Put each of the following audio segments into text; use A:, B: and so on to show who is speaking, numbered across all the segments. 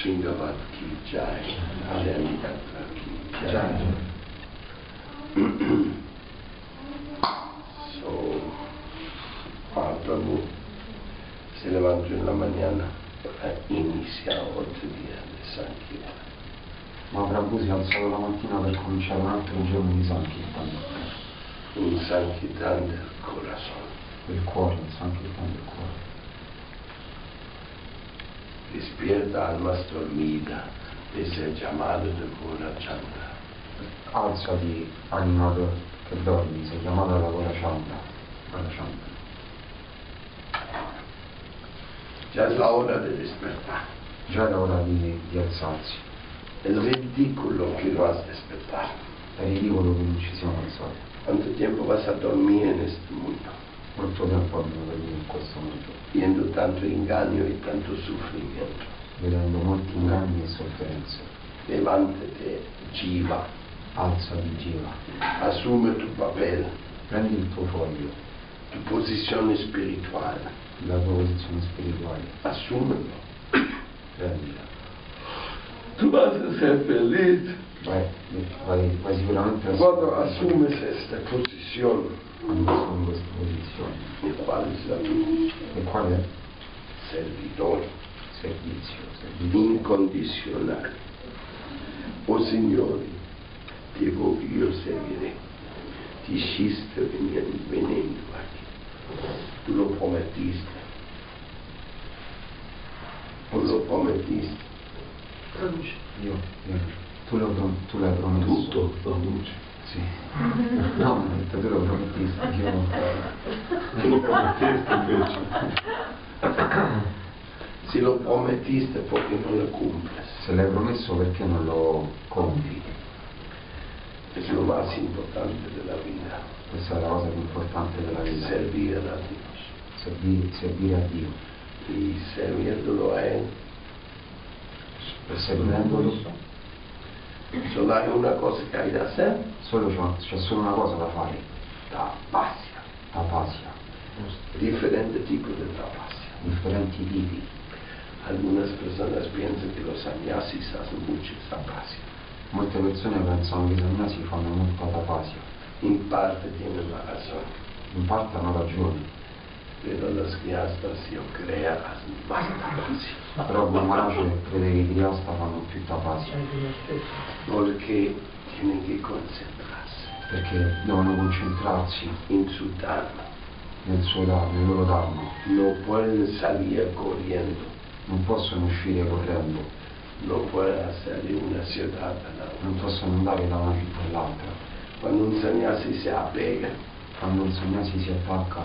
A: Sringavat ki jai, Janidata ki jai. so, Mahaprabhu se levantó en la mañana para iniciar otro día de Sankirtan.
B: Mahaprabhu si è alzato la mattina per cominciare un altro giorno di Sankirtan,
A: un Sankirtan del corazón.
B: del cuore, il Sankirtan del cuore.
A: Despierta almas dormidas, es el llamado de Gorachandra.
B: Alzati, animato che dormi, sei chiamato alla Gorachandra. Gorachandra.
A: Ya es la hora de despertar.
B: Già è ora di, di alzarsi,
A: Es ridículo que no has despertado.
B: è ridicolo che non ci siamo alzati.
A: ¿Cuánto tiempo vas a dormir en este mundo?
B: Molto tempo abbiamo dormito in questo mondo,
A: Viendo tanto engaño y tanto sufrimiento.
B: vedendo molti inganni e sofferenze.
A: Levántate, Jiva.
B: Alzati, gira,
A: Asume tu papel,
B: prendi il tuo foglio,
A: tu posición espiritual.
B: la tua posizione spirituale,
A: Asúmelo.
B: prendila.
A: Tú vas a ser feliz
B: Vai, vai, vai sicuramente a
A: cuando asumes esta posición.
B: in questa posizione.
A: ¿Y cuál es la tu
B: E quale
A: servidor?
B: servizio? servizio.
A: incondicional. Oh Signore, ti voglio servire. Ti sciste venendo, venendo aquí. Tu lo promettiste. Tu lo promettiste.
B: Io, io, tu, l'ho prom- tu l'hai promesso.
A: Tutto produce.
B: Sì. No, ma ho detto, tu lo promettesti, io
A: Tu lo promettiste invece. Se lo promettiste perché non lo cumples.
B: se l'hai promesso perché non lo compi?
A: È lo más importante della vita.
B: Questa è la cosa più importante della vita,
A: Servire a Dio.
B: servire, servire a Dio.
A: Y serviéndolo a Él.
B: E servendolo
A: Solo hay una cosa que hay que hacer,
B: solo c'è, c'è solo una cosa da fare,
A: tapasia.
B: tapasia,
A: Diferente tipo de tapasia.
B: differenti tipi.
A: Algunas personas piensan que los sannyasis hacen mucha tapasia.
B: Molte persone pensano che i sannyasi fanno molta tapasia,
A: En parte tienen la razón,
B: in parte hanno ragione,
A: pero las criastas yo creo hacen más tapasia.
B: Ah, però come Maharaj crede che i Triasta fanno più tapasia,
A: Porque tienen que concentrarse
B: perché devono concentrarsi
A: en su dharma.
B: nel, suo, da- nel loro dharma,
A: No pueden salir corriendo,
B: non possono uscire correndo,
A: no pueden hacer de una ciudad a la otra.
B: non possono andare da una città all'altra.
A: Cuando un sannyasi se apega a
B: Quando un sannyasi si attacca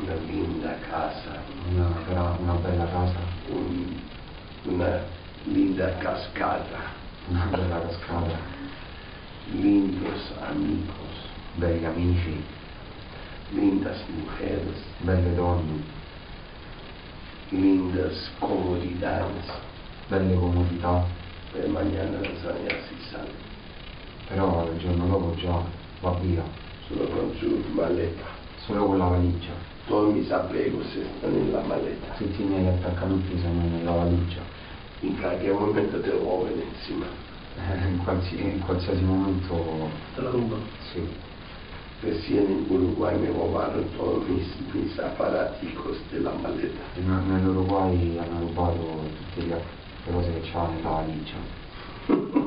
A: una linda casa,
B: a una, gra- una bella casa,
A: un- una linda cascata,
B: una bella cascata,
A: lindos amigos,
B: belli amici,
A: lindas mujeres,
B: belle donne,
A: lindas comodidades.
B: belle comodità,
A: Pero mañana los así salen,
B: però il giorno dopo già va via,
A: solo con su maleta.
B: solo con la valigia.
A: Todos mis apegos están en la maleta.
B: Tutti i miei attaccamenti sono nella valigia.
A: En cualquier momento te roben encima.
B: In, qualsi- in qualsiasi momento sì.
A: Recién en Uruguay me robaron todos mis, mis aparaticos de la maleta.
B: In- Nell'Uruguay hanno rubato tutte le le cose che c'era nella valigia.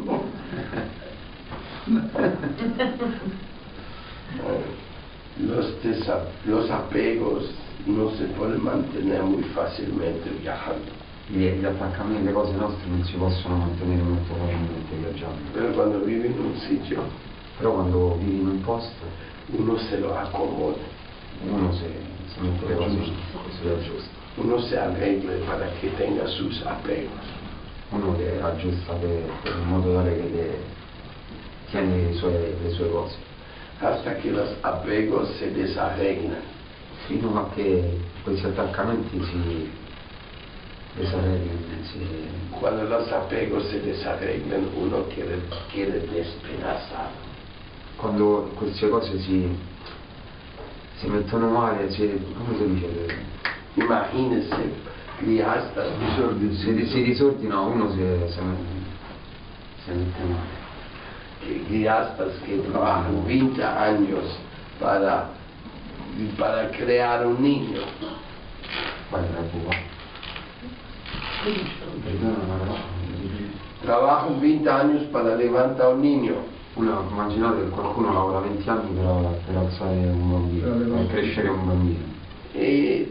A: Los, desa- los apegos no se pueden mantener muy fácilmente viajando.
B: Gli, gli attaccamenti, le cose nostre non si possono mantenere molto facilmente viaggiando.
A: Pero cuando vive en un sitio,
B: Però quando vivi in un posto
A: uno se lo acomoda,
B: uno se, se mette le cose così giusto.
A: uno se arregla para que tenga sus apegos.
B: Uno le aggiusta per, per in modo tale che le, tiene le sue, le sue cose.
A: Hasta que los apegos se desarreglan.
B: Fino a che questi attaccamenti si desarreglino, si,
A: Cuando los apegos se desarreglan, uno quiere, quiere despedazarlo.
B: quando queste cose si, si mettono male, si, come si dice?
A: Imagínese griasta, disordine.
B: Si, si disordina uno si, si, si mette male.
A: que Griastas que trabajan 20 años para, para crear un niño.
B: Qual era tua?
A: Trabajan 20 años para levantar un niño.
B: Una, immaginate che qualcuno lavora 20 anni per, per alzare un bambino, per crescere un bambino.
A: Y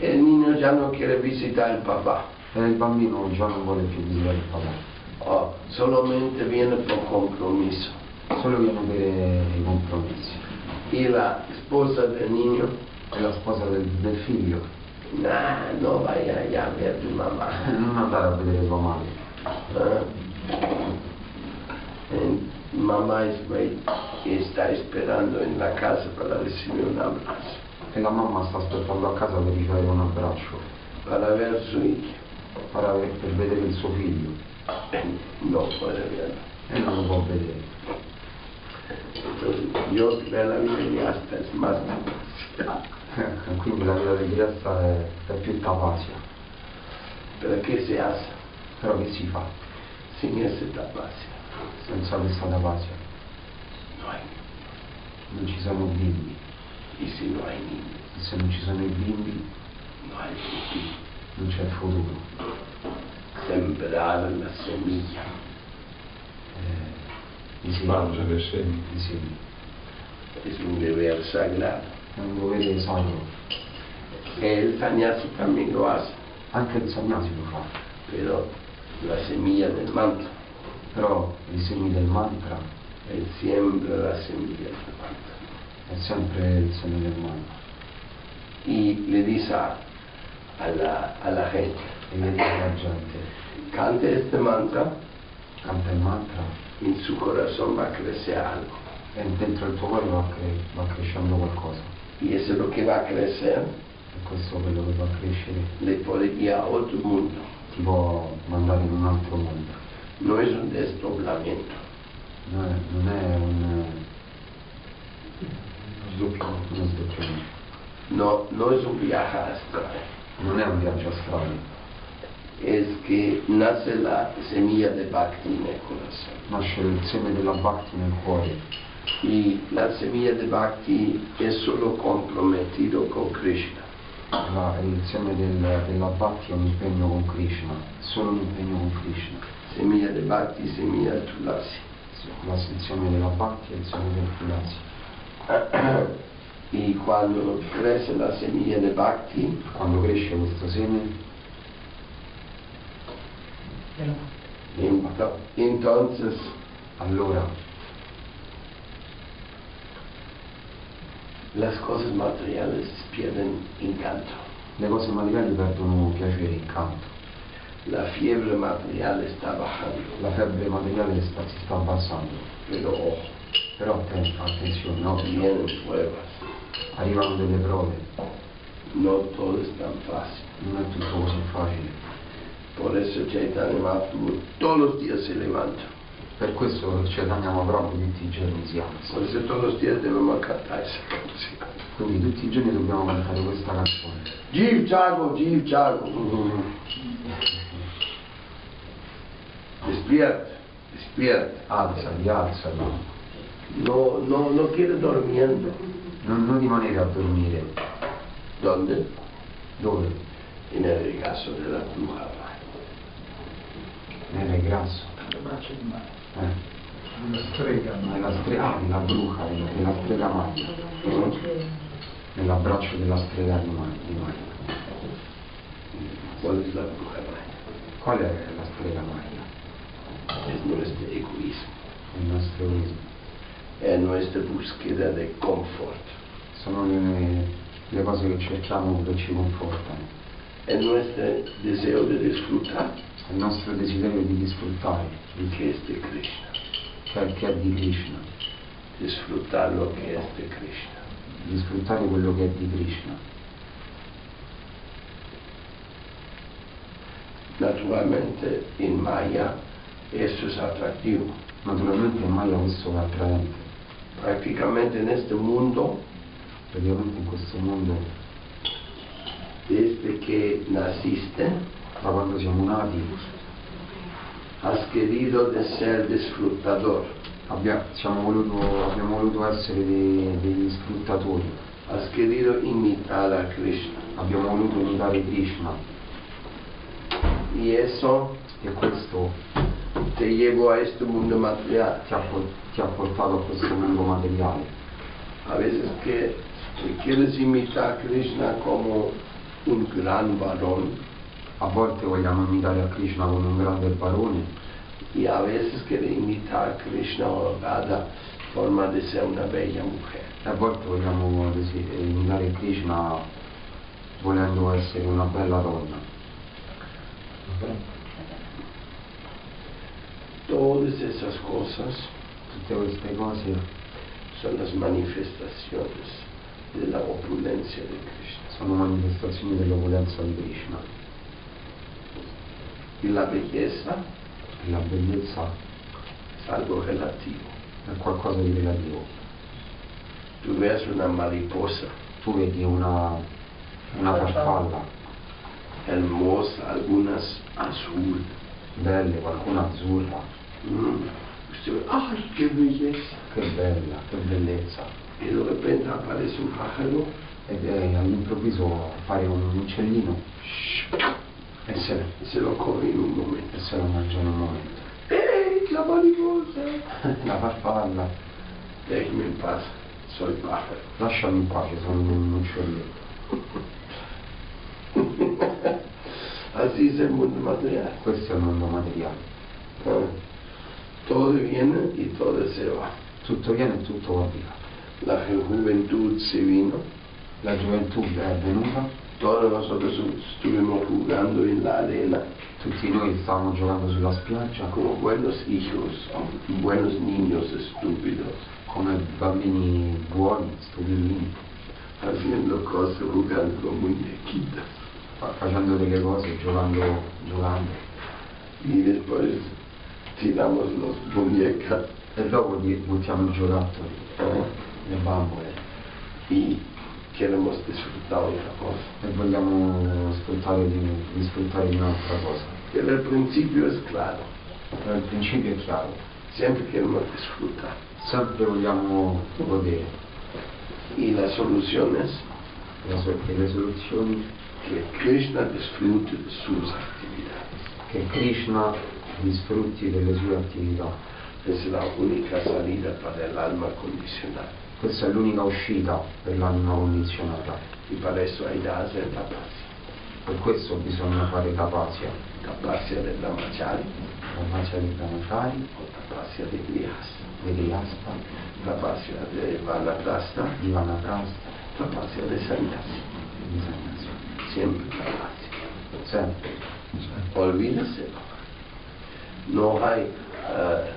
A: el niño ya no quiere visitar al papá.
B: E il bambino già non vuole più visitare il papà,
A: Oh, solamente viene por compromiso.
B: solo viene per eh, i compromessi.
A: Y la esposa del niño,
B: E la sposa del, del figlio
A: nah, no vaya allá a ver a tu mamá.
B: non andare a vedere tua madre.
A: Ah. Eh, Mamá es güey, que está esperando en la casa para recibir un abrazo,
B: E la mamma sta aspettando a casa per ricevere un abbraccio,
A: para ver su hijo.
B: per, ave- per vedere il suo figlio.
A: No puede verlo.
B: E non lo può vedere.
A: Entonces, yo creo la vida y hasta es más difícil.
B: Quindi la vita del Chiesa è, è più tapacia.
A: Pero ¿qué se hace
B: Però che si fa
A: sin ese tapacia?
B: senza questa tapacia?
A: No hay.
B: Non ci sono bimbi.
A: Y si no hay niños,
B: E se non ci sono i bimbi,
A: no hay futuro.
B: non c'è futuro.
A: Sembrar la semilla.
B: Eh, i segni-
C: Spargere semi.
B: i segni.
A: Es un deber sagrado.
B: È un dovere sacro.
A: El sannyasi también lo hace,
B: Anche il sannyasi lo fa.
A: pero la semilla del manto.
B: Però i segni del mantra
A: Él siembra la semilla del manto.
B: è sempre il segno del mantra.
A: Y le dice a, a la, a la gente,
B: E vedi che la gente
A: cante este mantra,
B: canta il mantra
A: en su corazón va a crecer algo.
B: e dentro il tuo cuore va, cre- va crescendo qualcosa.
A: Y eso es lo que va a crecer,
B: E questo è quello che va a crescere
A: le puede guiar a otro mundo.
B: ti può mandare in un altro mondo.
A: No es un desdoblamiento,
B: Non è, non è un,
C: Sdoppio.
B: uno sdoppiamento,
A: no, no es un viaje astral.
B: non è un viaggio astrale,
A: Es que nace la semilla de Bhakti en el corazón.
B: nasce il seme della Bhakti nel cuore
A: Y la semilla de Bhakti es solo comprometido con Krishna.
B: la- e il seme del- della Bhakti è un impegno con Krishna, solo un impegno con Krishna.
A: Semilla de Bhakti, semilla de Tulasi.
B: La sezione della Bhakti è il seme del Tulasi.
A: Y cuando crece la semilla de Bhakti,
B: Quando cresce questo seme,
A: ento- entonces
B: allora
A: las cosas materiales pierden encanto.
B: le cose materiali perdono piacere e incanto,
A: La fiebre material está bajando,
B: la febbre materiale sta- si sta abbassando.
A: pero ojo,
B: Però atten- attenzione, occhio,
A: vienen pruebas.
B: arrivano delle prove,
A: No todo es tan fácil.
B: non è tutto così facile.
A: Por eso Chaitanya Mahaprabhu todos los días se levanta.
B: Per questo ci andiamo proprio tutti i giorni si alza.
A: Por eso todos los días debemos cantar esa canción.
B: Quindi tutti i giorni dobbiamo cantare questa canzone.
A: Jeev Jago, Jeev Jago. Despierta, despierta.
B: Alzati, alzati.
A: No, no, no quiere durmiendo.
B: Non, non rimanere a dormire.
A: ¿Dónde?
B: Dove?
A: En el regazo de la bruja. Maya.
B: Nel regrasso. Eh. Nella strega, nella bruca, nella, nella strega maglia. Nell'abbraccio della strega di ma- di maglia.
A: ¿Cuál es la bruja? Maya?
B: Qual è la strega maglia?
A: Es nuestro egoísmo,
B: Il nostro egoismo.
A: es nuestra búsqueda de confort,
B: Sono le, le cose che cerchiamo che ci confortano.
A: es nuestro deseo de disfrutar
B: È il nostro desiderio di disfruttare,
A: lo que es de Krishna,
B: cioè che è di Krishna.
A: disfrutar lo que es de Krishna.
B: di sfruttare quello che è di Krishna.
A: Naturalmente en Maya eso es atractivo.
B: Naturalmente mai questo è attraente,
A: Prácticamente en este mundo
B: praticamente in questo mondo
A: desde que naciste,
B: da quando siamo nati
A: has querido de ser disfrutador,
B: abbia- siamo voluto- abbiamo voluto essere de- degli sfruttatori,
A: has querido imitar a Krishna.
B: abbiamo voluto imitare Krishna
A: Y eso
B: e questo
A: te llevó a este mundo material.
B: ti ha, por- ti ha portato a questo mondo materiale.
A: A veces que que quieres imitar a Krishna como un gran varón
B: A volte vogliamo imitare a Krishna come un grande barone
A: y a veces quieres imitar a Krishna o Radha forma de ser una bella mujer.
B: e a volte vogliamo desi- eh, imitare Krishna volendo essere una bella donna.
A: Todas esas cosas
B: Tutte queste cose
A: son las manifestaciones de la opulencia de Krishna.
B: sono manifestazioni dell'opulenza di Krishna.
A: Y la belleza
B: E la bellezza
A: es algo relativo.
B: è qualcosa di relativo.
A: Tú ves una mariposa
B: Tu vedi una, una farfalla,
A: hermosa, algunas azul.
B: belle, qualcuna azzurra,
A: Mm. Usted ve, ¡ay, qué belleza!
B: che bella, che bellezza.
A: Y de repente aparece un pájaro
B: Ed è all'improvviso fare un uccellino e se,
A: y se lo come en un momento.
B: e se lo mangia in un momento.
A: ¡Ey, la mariposa!
B: La farfalla,
A: Déjeme en paz, soy pájaro.
B: lasciami in pace, sono un uccelletto.
A: Así es el mundo material.
B: Questo è il mondo materiale.
A: ¿no? Ah. Todo viene y todo se va.
B: Tutto viene e tutto va via.
A: La ju- juventud se vino.
B: La gioventù è venuta,
A: Todos nosotros estuvimos jugando en la arena
B: tutti noi stavamo giocando sulla spiaggia
A: como buenos hijos, buenos niños estúpidos,
B: come bambini buoni, stupidini,
A: haciendo cosas, jugando con muñequitas.
B: fa- facendo delle cose, giocando, giocando.
A: Y después tiramos las muñecas
B: E dopo gli buttiamo i giocattoli,
A: ¿eh?
B: le bambole
A: y queremos disfrutar otra cosa.
B: e vogliamo sfruttare di, di sfruttare di un'altra cosa.
A: Pero el principio es claro,
B: Però il principio è chiaro,
A: siempre queremos disfrutar.
B: sempre vogliamo godere
A: Y la solución es
B: la so- e le soluzioni
A: que Krishna disfrute de sus actividades.
B: che Krishna disfrutti delle sue attività.
A: Es la única salida para el alma condicional.
B: Questa è l'unica uscita per l'anima condizionata.
A: Y para eso hay que hacer tapasya.
B: Per questo bisogna fare tapasya,
A: Tapasya de brahmachari
B: farmacia dei brahmachari,
A: o tapasya de grihasta.
B: degli asta,
A: Tapasya de vanaprastha,
B: di vanaprastha,
A: tapasya de sannyasi.
B: di sannyasi.
A: Siempre tapasya.
B: Sempre,
A: Olvídese. No hay eh,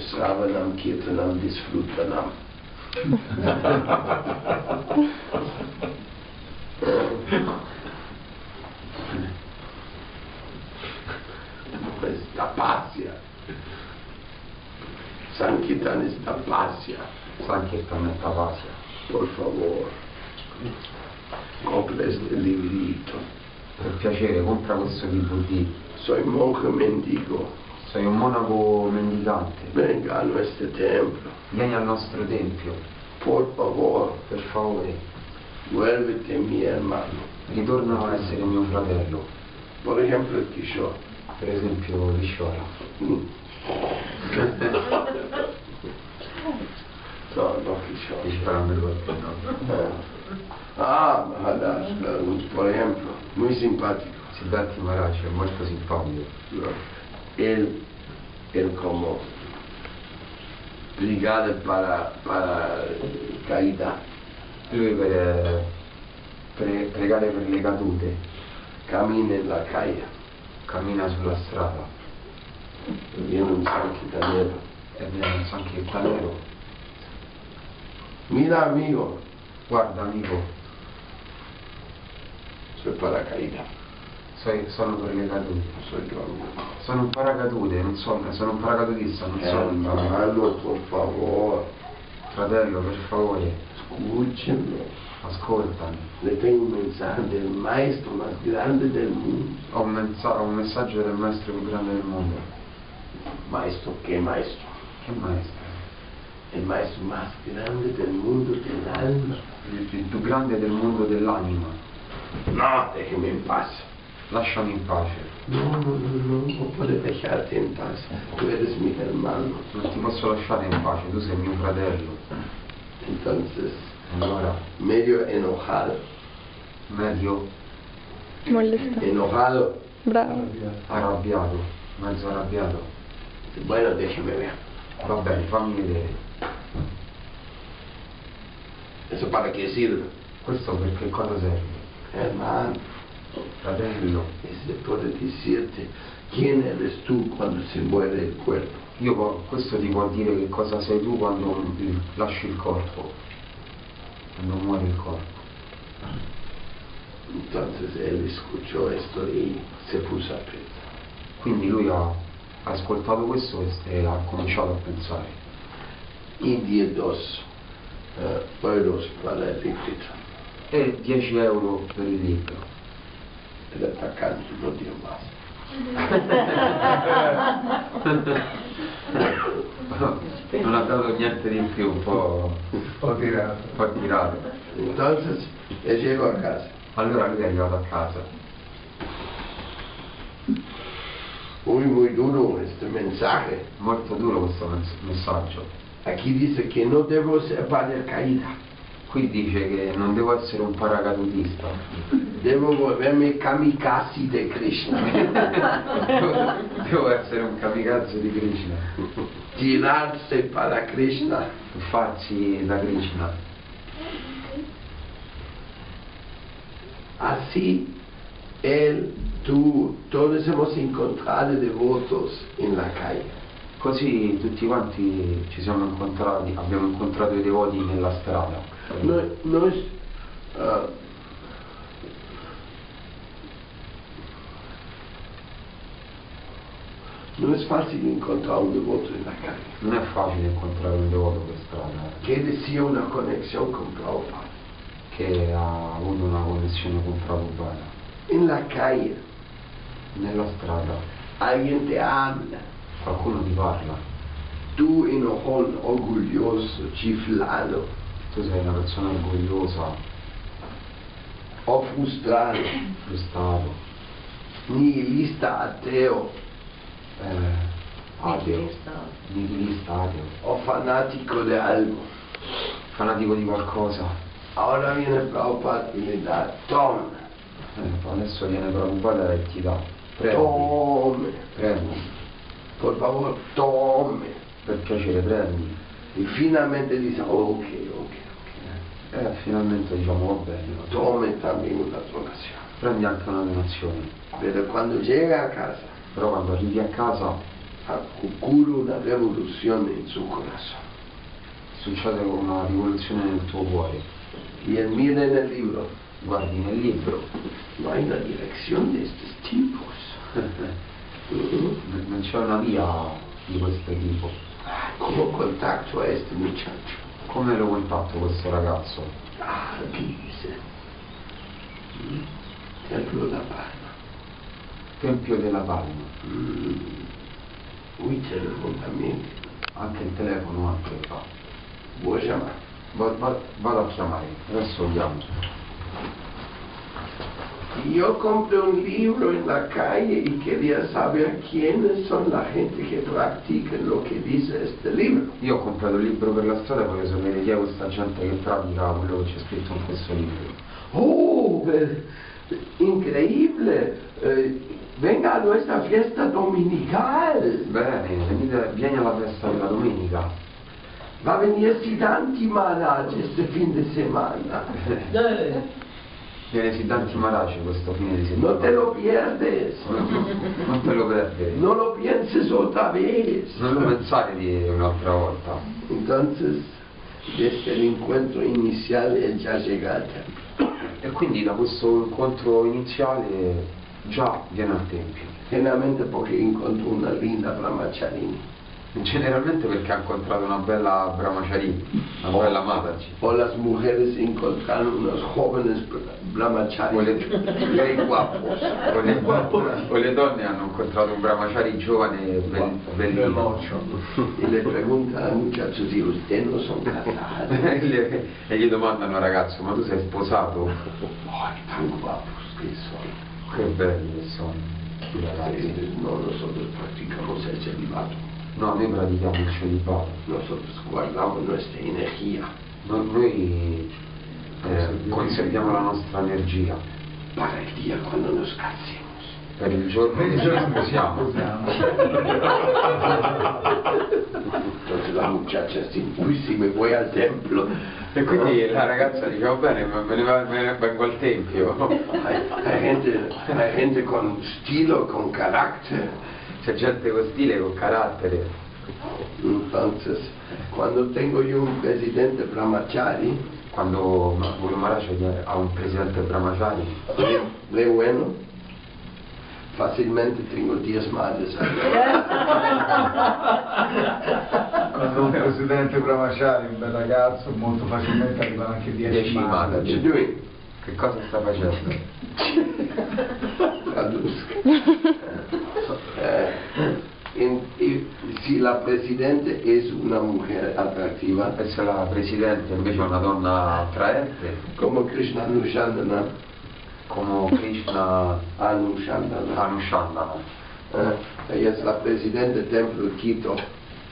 A: Sravanam, Kirtanam, Disfrutanam. Es tapasia. Sankirtan es tapasia.
B: sankirtan e tapasya.
A: Por favor, compre este librito.
B: Per piacere, compra questo DVD.
A: Soy monje mendigo.
B: Sei un monaco mendicante.
A: Venga a nuestro templo.
B: Vieni al nostro tempio,
A: Por favor,
B: per favore.
A: vuélvete mi hermano.
B: Ritorna a essere mio fratello.
A: Por ejemplo, el Kishore.
B: Per esempio, Visciora.
A: Mm. No, no Kishore.
B: Disparando qualcuno.
A: Eh. Ah, Maharaj, eh, por ejemplo, muy simpático.
B: Siddharthi Maharaj è molto simpatico.
A: No. Él, él como brigada para, para caída,
B: Lui per pre- pregare per le cadute
A: camina en la calle.
B: cammina sulla strada
A: Viene un sanquitanero.
B: e viene un sankirtanero.
A: Mira, amigo,
B: Guarda amico,
A: soy para caída.
B: so- sono per le cadute.
A: Soy yo, amigo.
B: Sono un paracadute, non so- sono un paracadutista, non sono un
A: Eh,
B: paracadute.
A: Hermano, por favor,
B: Fratello, per favore,
A: escúcheme.
B: ascoltami.
A: Le tengo un mensaje del maestro más grande del mundo.
B: Ho un, mensa- ho un messaggio del maestro più grande del mondo.
A: Maestro, ¿qué maestro?
B: Che maestro?
A: El maestro más grande del mundo del alma.
B: Il, il più grande del mondo dell'anima.
A: No, déjeme en paz.
B: Lasciami in pace.
A: No, no, no, no, no puedes dejarte en paz. Tú eres mi hermano.
B: Non ti posso lasciare in pace, tu sei mio fratello.
A: Entonces,
B: Allora,
A: medio enojado.
B: meglio
C: Molesta.
A: Enojado.
C: Bravo.
B: arrabbiato, mezzo arrabbiato.
A: Bueno, déjeme ver.
B: Va bene, fammi vedere.
A: ¿Eso para qué sirve?
B: Questo perché cosa serve?
A: Hermano,
B: Fratello,
A: ese puede decirte quién eres tú cuando se muere el cuerpo.
B: io po- questo ti può dire che cosa sei tu quando il- lasci il corpo, quando muore il corpo.
A: Entonces él escuchó esto y se puso a pensar.
B: Quindi lui ha ascoltato questo e s- e ha cominciato a pensare.
A: Y dio dos eh, euros para el librito.
B: E 10 euro per il libro.
A: El atacante no dio más.
B: non ha dato niente di più, un po',
D: Ho tirato.
B: un po' tirato.
A: Entonces él llegó a casa.
B: Allora lui è arrivato a casa.
A: Muy, muy duro este mensaje.
B: Molto duro questo mens- messaggio.
A: Aquí dice que no debo ser caída.
B: Qui dice che non devo essere un paracadutista,
A: Debo volverme kamikaze de Krishna.
B: devo essere un kamikaze di Krishna,
A: Tirarse para Krishna.
B: farsi da Krishna.
A: Así él, tú, todos hemos encontrado devotos en la calle.
B: Così tutti quanti ci siamo incontrati, abbiamo incontrato i devoti nella strada.
A: No, no es. ah, no es fácil encontrar un devoto en la calle.
B: Non è facile incontrare un devoto per strada eh,
A: Que decía una conexión con Prabhupada.
B: che ha avuto una connessione con Prabhupada.
A: En la calle
B: Nella strada
A: alguien te habla.
B: qualcuno ti parla,
A: Tú enojón, orgulloso, chiflado
B: tu sei una persona orgogliosa,
A: o frustrado,
B: frustrato,
A: nihilista, ateo
B: eh, ateo, nihilista, ateo,
A: o fanático de algo.
B: fanatico di qualcosa.
A: Ahora viene Prabhupada y le da, toma.
B: Eh, adesso viene preoccupata e ti dà. Prendi,
A: Tome,
B: prendi,
A: por favor, tome.
B: per piacere prendi.
A: Y finalmente dice, ok, ok,
B: E finalmente diciamo va bene, va bene.
A: tome también una donación.
B: prendi anche una donazione.
A: Pero cuando llega a casa,
B: Però quando arrivi a casa
A: ocurre una revolución en su corazón.
B: succede una rivoluzione nel tuo cuore.
A: Y él mira en el libro,
B: Guardi nel libro,
A: no hay una dirección de estos tipos. ¿Mm?
B: n- non c'è una via di questo tipo.
A: Ah, ¿Cómo contacto a este muchacho?
B: Come lo contatto questo ragazzo?
A: Ah, aquí dice, ¿Mm? templo de la palma.
B: Tempio della Palma.
A: Mm. Uy, teléfono también.
B: Anche il telefono anche fa.
A: Voy a llamar.
B: Va- va- vado a chiamare, adesso andiamo.
A: Y Yo compré un libro en la calle y quería saber quiénes son la gente que practica lo que dice este libro.
B: Io ho comprato il libro per la strada e voglio sapere chi è questa gente che pratica quello che c'è scritto in questo libro.
A: ¡Oh! eh, increíble. eh, venga a nuestra fiesta dominical.
B: Bene, venite- vieni alla festa della domenica.
A: Va a venir Siddhanti Maharaj este fin de semana.
B: Viene Siddhanti Maraci questo fine di
A: No
B: settimana.
A: te lo pierdes.
B: Non te lo perdere.
A: No lo pienses otra vez.
B: Non lo pensare di un'altra volta.
A: Entonces, desde el encuentro inicial, él ya llega al templo.
B: E quindi da questo incontro iniziale già viene al tempio.
A: Generalmente porque encontró una linda brahmacharini.
B: Generalmente perché ha incontrato una bella bramaciarina, una
A: Oh.
B: bella mataci.
A: O las mujeres encontraron unos jóvenes
B: O le,
A: brahmacharis.
B: lei guapo, o le, o Eh? le donne hanno incontrato un bramaciari giovane e bel- bellino.
A: Y le preguntan al muchacho si usted no son casados.
B: e gli- e gli domandano ragazzo ma tu sei sposato?
A: Ay, tan guapos que son.
B: Che belli che sono i ragazzi.
A: No, nosotros practicamos el celibato.
B: No, noi pratichiamo il celibato.
A: Nosotros guardamos nuestra energía
B: No- noi eh, conserviamo la nostra energia
A: para el día cuando nos casemos.
B: per il giorno che ci sposiamo.
A: Entonces la muchacha dice, uy, si me voy al templo.
B: E quindi la ragazza dice va bene, ma me ne, va- me ne vengo al tempio.
A: Hay, hay gente, hay gente con estilo, con carácter.
B: C'è gente con stile, con carattere.
A: Entonces, cuando tengo yo un presidente Brahmachari,
B: Quando Ma- Guru Maharaj ha un presidente brahmachari,
A: de bueno, fácilmente tengo 10 madres.
D: Quando un presidente bravaciale, un bel ragazzo, molto facilmente arrivano anche 10
B: Dieci
D: mani.
A: What you
B: madri.
A: doing?
B: Che cosa sta facendo?
A: Traduzca. Eh, en- y si la presidente es una mujer atractiva,
B: E se la presidente invece è una donna attraente,
A: como Krishna Nushandana,
B: come Krishna
A: Anushandana,
B: Anushandana,
A: eh, ella es la presidente del templo de Quito,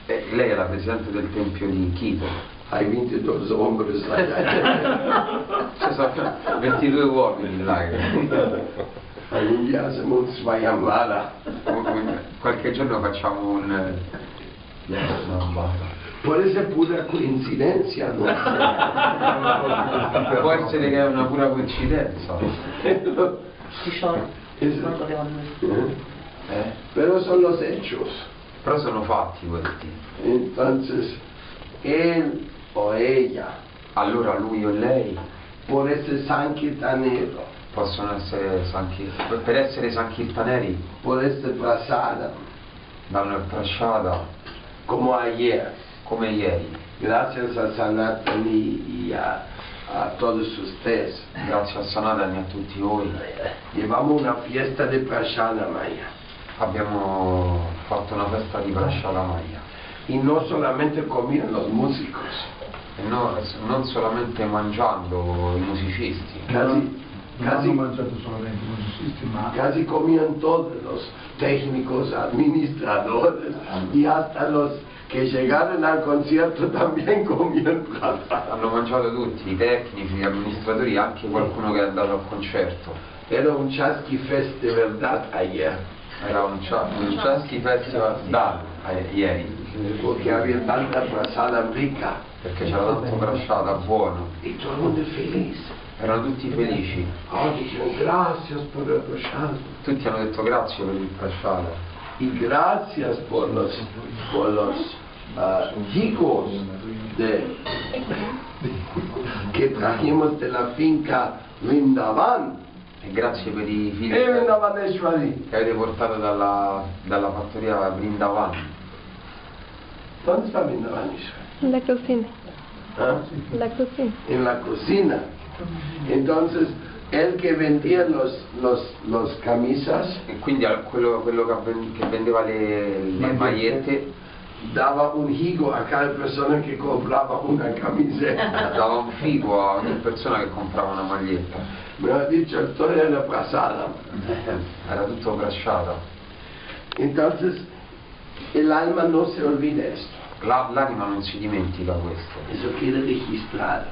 B: e lei è la presidente del tempio di Quito,
A: hay 22 hombres allá,
B: ci sono 22 uomini là. che-
A: algún día hacemos un Swayamvara.
B: un- un- Qualche giorno facciamo un... eh, no, basta.
A: Puede ser pura coincidencia, ¿no?
B: Può essere che è una pura coincidenza.
E: Kishore,
A: Es-
E: non dovevano
B: eh?
A: Pero son los hechos.
B: Però sono fatti questi.
A: Entonces, él o ella,
B: Allora lui o lei
A: por ese sankirtanero,
B: possono essere sanchi... Per essere sankirtaneri
A: por ese prasada,
B: vanno prasciata
A: como ayer,
B: come ieri,
A: gracias a Sanatani y a, a todos ustedes,
B: grazie a Sanadani e a tutti voi.
A: llevamos una fiesta de prasada maya.
B: Abbiamo fatto una festa di Prasciata Maya.
A: Y no solamente comían los músicos,
B: E no- non solamente mangiando i musicisti,
A: casi,
D: Non hanno
A: casi,
D: mangiato solamente i musicisti, ma
A: casi comían todos los técnicos, administradores y hasta los que llegaron al concierto también comían prasada.
B: hanno mangiato tutti, i tecnici, gli amministratori e anche qualcuno che è andato al concerto.
A: Era un chasqui fest de verdad ayer,
B: Era un, cia- un Chaschi Festival da eh, ieri,
A: porque había tanta frazada rica
B: perché c'era tanto Prasciata, buono.
A: y todo el mundo feliz.
B: Erano tutti felici,
A: Ahora dijeron gracias por el prasada
B: tutti hanno detto grazie per il Prasciata
A: y gracias por los, por los ah, chicos de, que trajimos de la finca Vindavan.
B: e grazie per i figli
A: Eh,
B: che
A: Vindavaneshwari.
B: che avete portato dalla, dalla fattoria Brindavan.
A: ¿Dónde está Vindavaneshwari?
C: La cocina,
A: ¿Ah?
C: la cocina.
A: en la cocina. Entonces, el que vendía los, los, los camisas
B: E quindi al- quello, quello che, ven- che vendeva le, le magliette
A: daba un higo a cada persona que compraba una camiseta.
B: dava un figo a ogni persona che comprava una maglietta. Eh,
A: Me lo ha dicho el Tony de la pasada.
B: Era tutto Prasciata.
A: Entonces, el alma no se olvida esto.
B: La- l'anima non si dimentica questo,
A: Eso quiere registrar.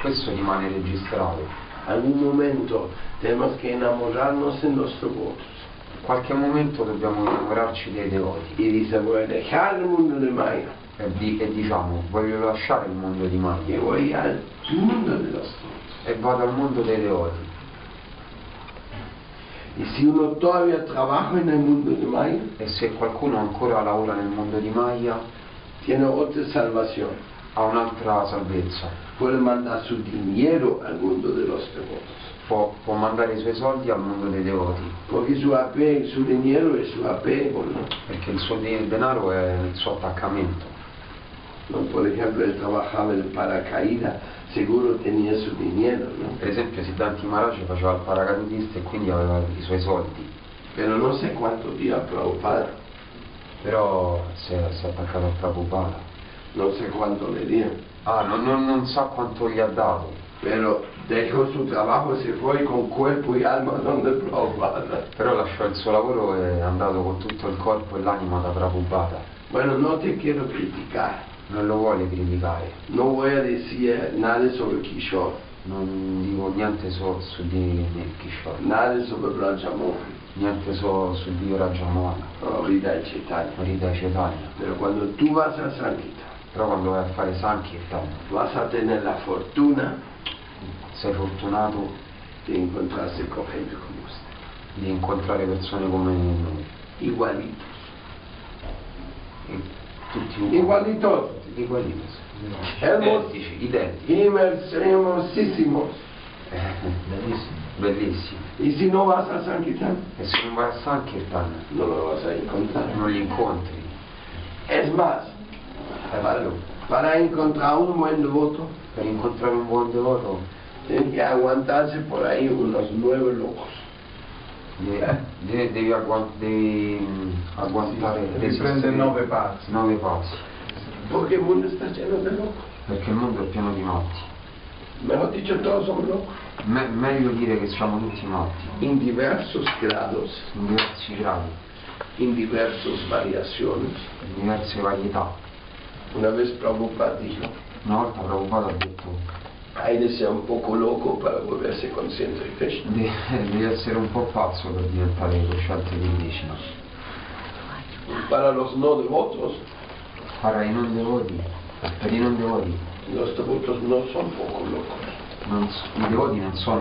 B: questo rimane registrato.
A: Algún momento tenemos que enamorarnos en nuestro votos.
B: In qualche momento dobbiamo innamorarci dei devoti
A: Y dice, voy a dejar el mundo de Maya
B: e, di- e diciamo voglio lasciare il mondo di
A: y
B: Maya
A: voy al mundo de los votos.
B: e vado al mondo dei devoti.
A: Y si uno todavía trabaja en el mundo de Maya,
B: E se qualcuno ancora lavora nel mondo di Maya
A: tiene otra salvación.
B: ha un'altra salvezza,
A: Puede mandar su dinero al mundo de los devotos.
B: può, può mandare i suoi soldi al mondo dei devoti,
A: pochi su AP, su Liniero e su AP,
B: perché il suo de- denaro è il suo attaccamento.
A: ¿no? Por ejemplo, él trabajaba en paracaídas, seguro tenía su dinero, ¿no?
B: Per esempio Siddharthi Maharaj faceva il paracadutista e quindi aveva i suoi soldi,
A: Pero no sé cuántos días Prabhupada,
B: però si è, si è attaccato a Prabhupada.
A: no sé cuánto le dio,
B: Ah, non, non- non sa quanto gli ha dato,
A: pero dejó su trabajo, se fue con cuerpo y alma donde Prabhupada.
B: però lasciò il suo lavoro e è andato con tutto il corpo e l'anima da Prabhupada.
A: Bueno, no te quiero criticar,
B: Non lo vuole criticare,
A: no voy a decir nada sobre Kishore,
B: non dico niente so- su di di Kishore,
A: nada sobre Brajamohan,
B: niente so- su di Rajamana,
A: o Vida de Chaitanya.
B: Rita Cetania.
A: Pero cuando tú vas a Sankita,
B: Però quando vai a fare Sankirtan
A: vas a tener la fortuna
B: sei fortunato
A: de encontrarse con gente como usted,
B: di incontrare persone come noi,
A: igualito.
B: tutti uguali.
A: Igualitos,
B: Igualiti.
A: Hermos.
B: Identici, identici.
A: Himmels, hermosísimos.
B: Bellissimi. Bellissimi.
A: Y si no vas a Sankirtan,
B: E se non vai a Sankirtan
A: no lo vas a encontrar.
B: non li incontri.
A: Es más, para, para encontrar un buen devoto,
B: Per incontrare un buon devoto
A: tiene que aguantarse por ahí unos nueve locos.
D: Eh.
B: de- de- devi, agua- devi, mm, aguantare
D: Devi prendere nove pazzi.
B: nove passi.
A: Porque el mundo está lleno de locos.
B: Perché il mondo è pieno di matti.
A: Mejor dicho, todos son locos.
B: Me- meglio dire che siamo tutti matti,
A: En diversos grados,
B: in diversi gradi,
A: en diversas variaciones.
B: in diverse varietà.
A: Una vez Prabhupada dijo,
B: Una volta Prabhupada ha detto
A: hay de ser un poco loco para volverse consciente de Krishna.
B: "De- devi essere un po' pazzo per diventare cosciente di Krishna.
A: Para los no devotos,
B: Farai non devoti, per i non devoti
A: los devotos no son poco locos.
B: non s- i devoti non sono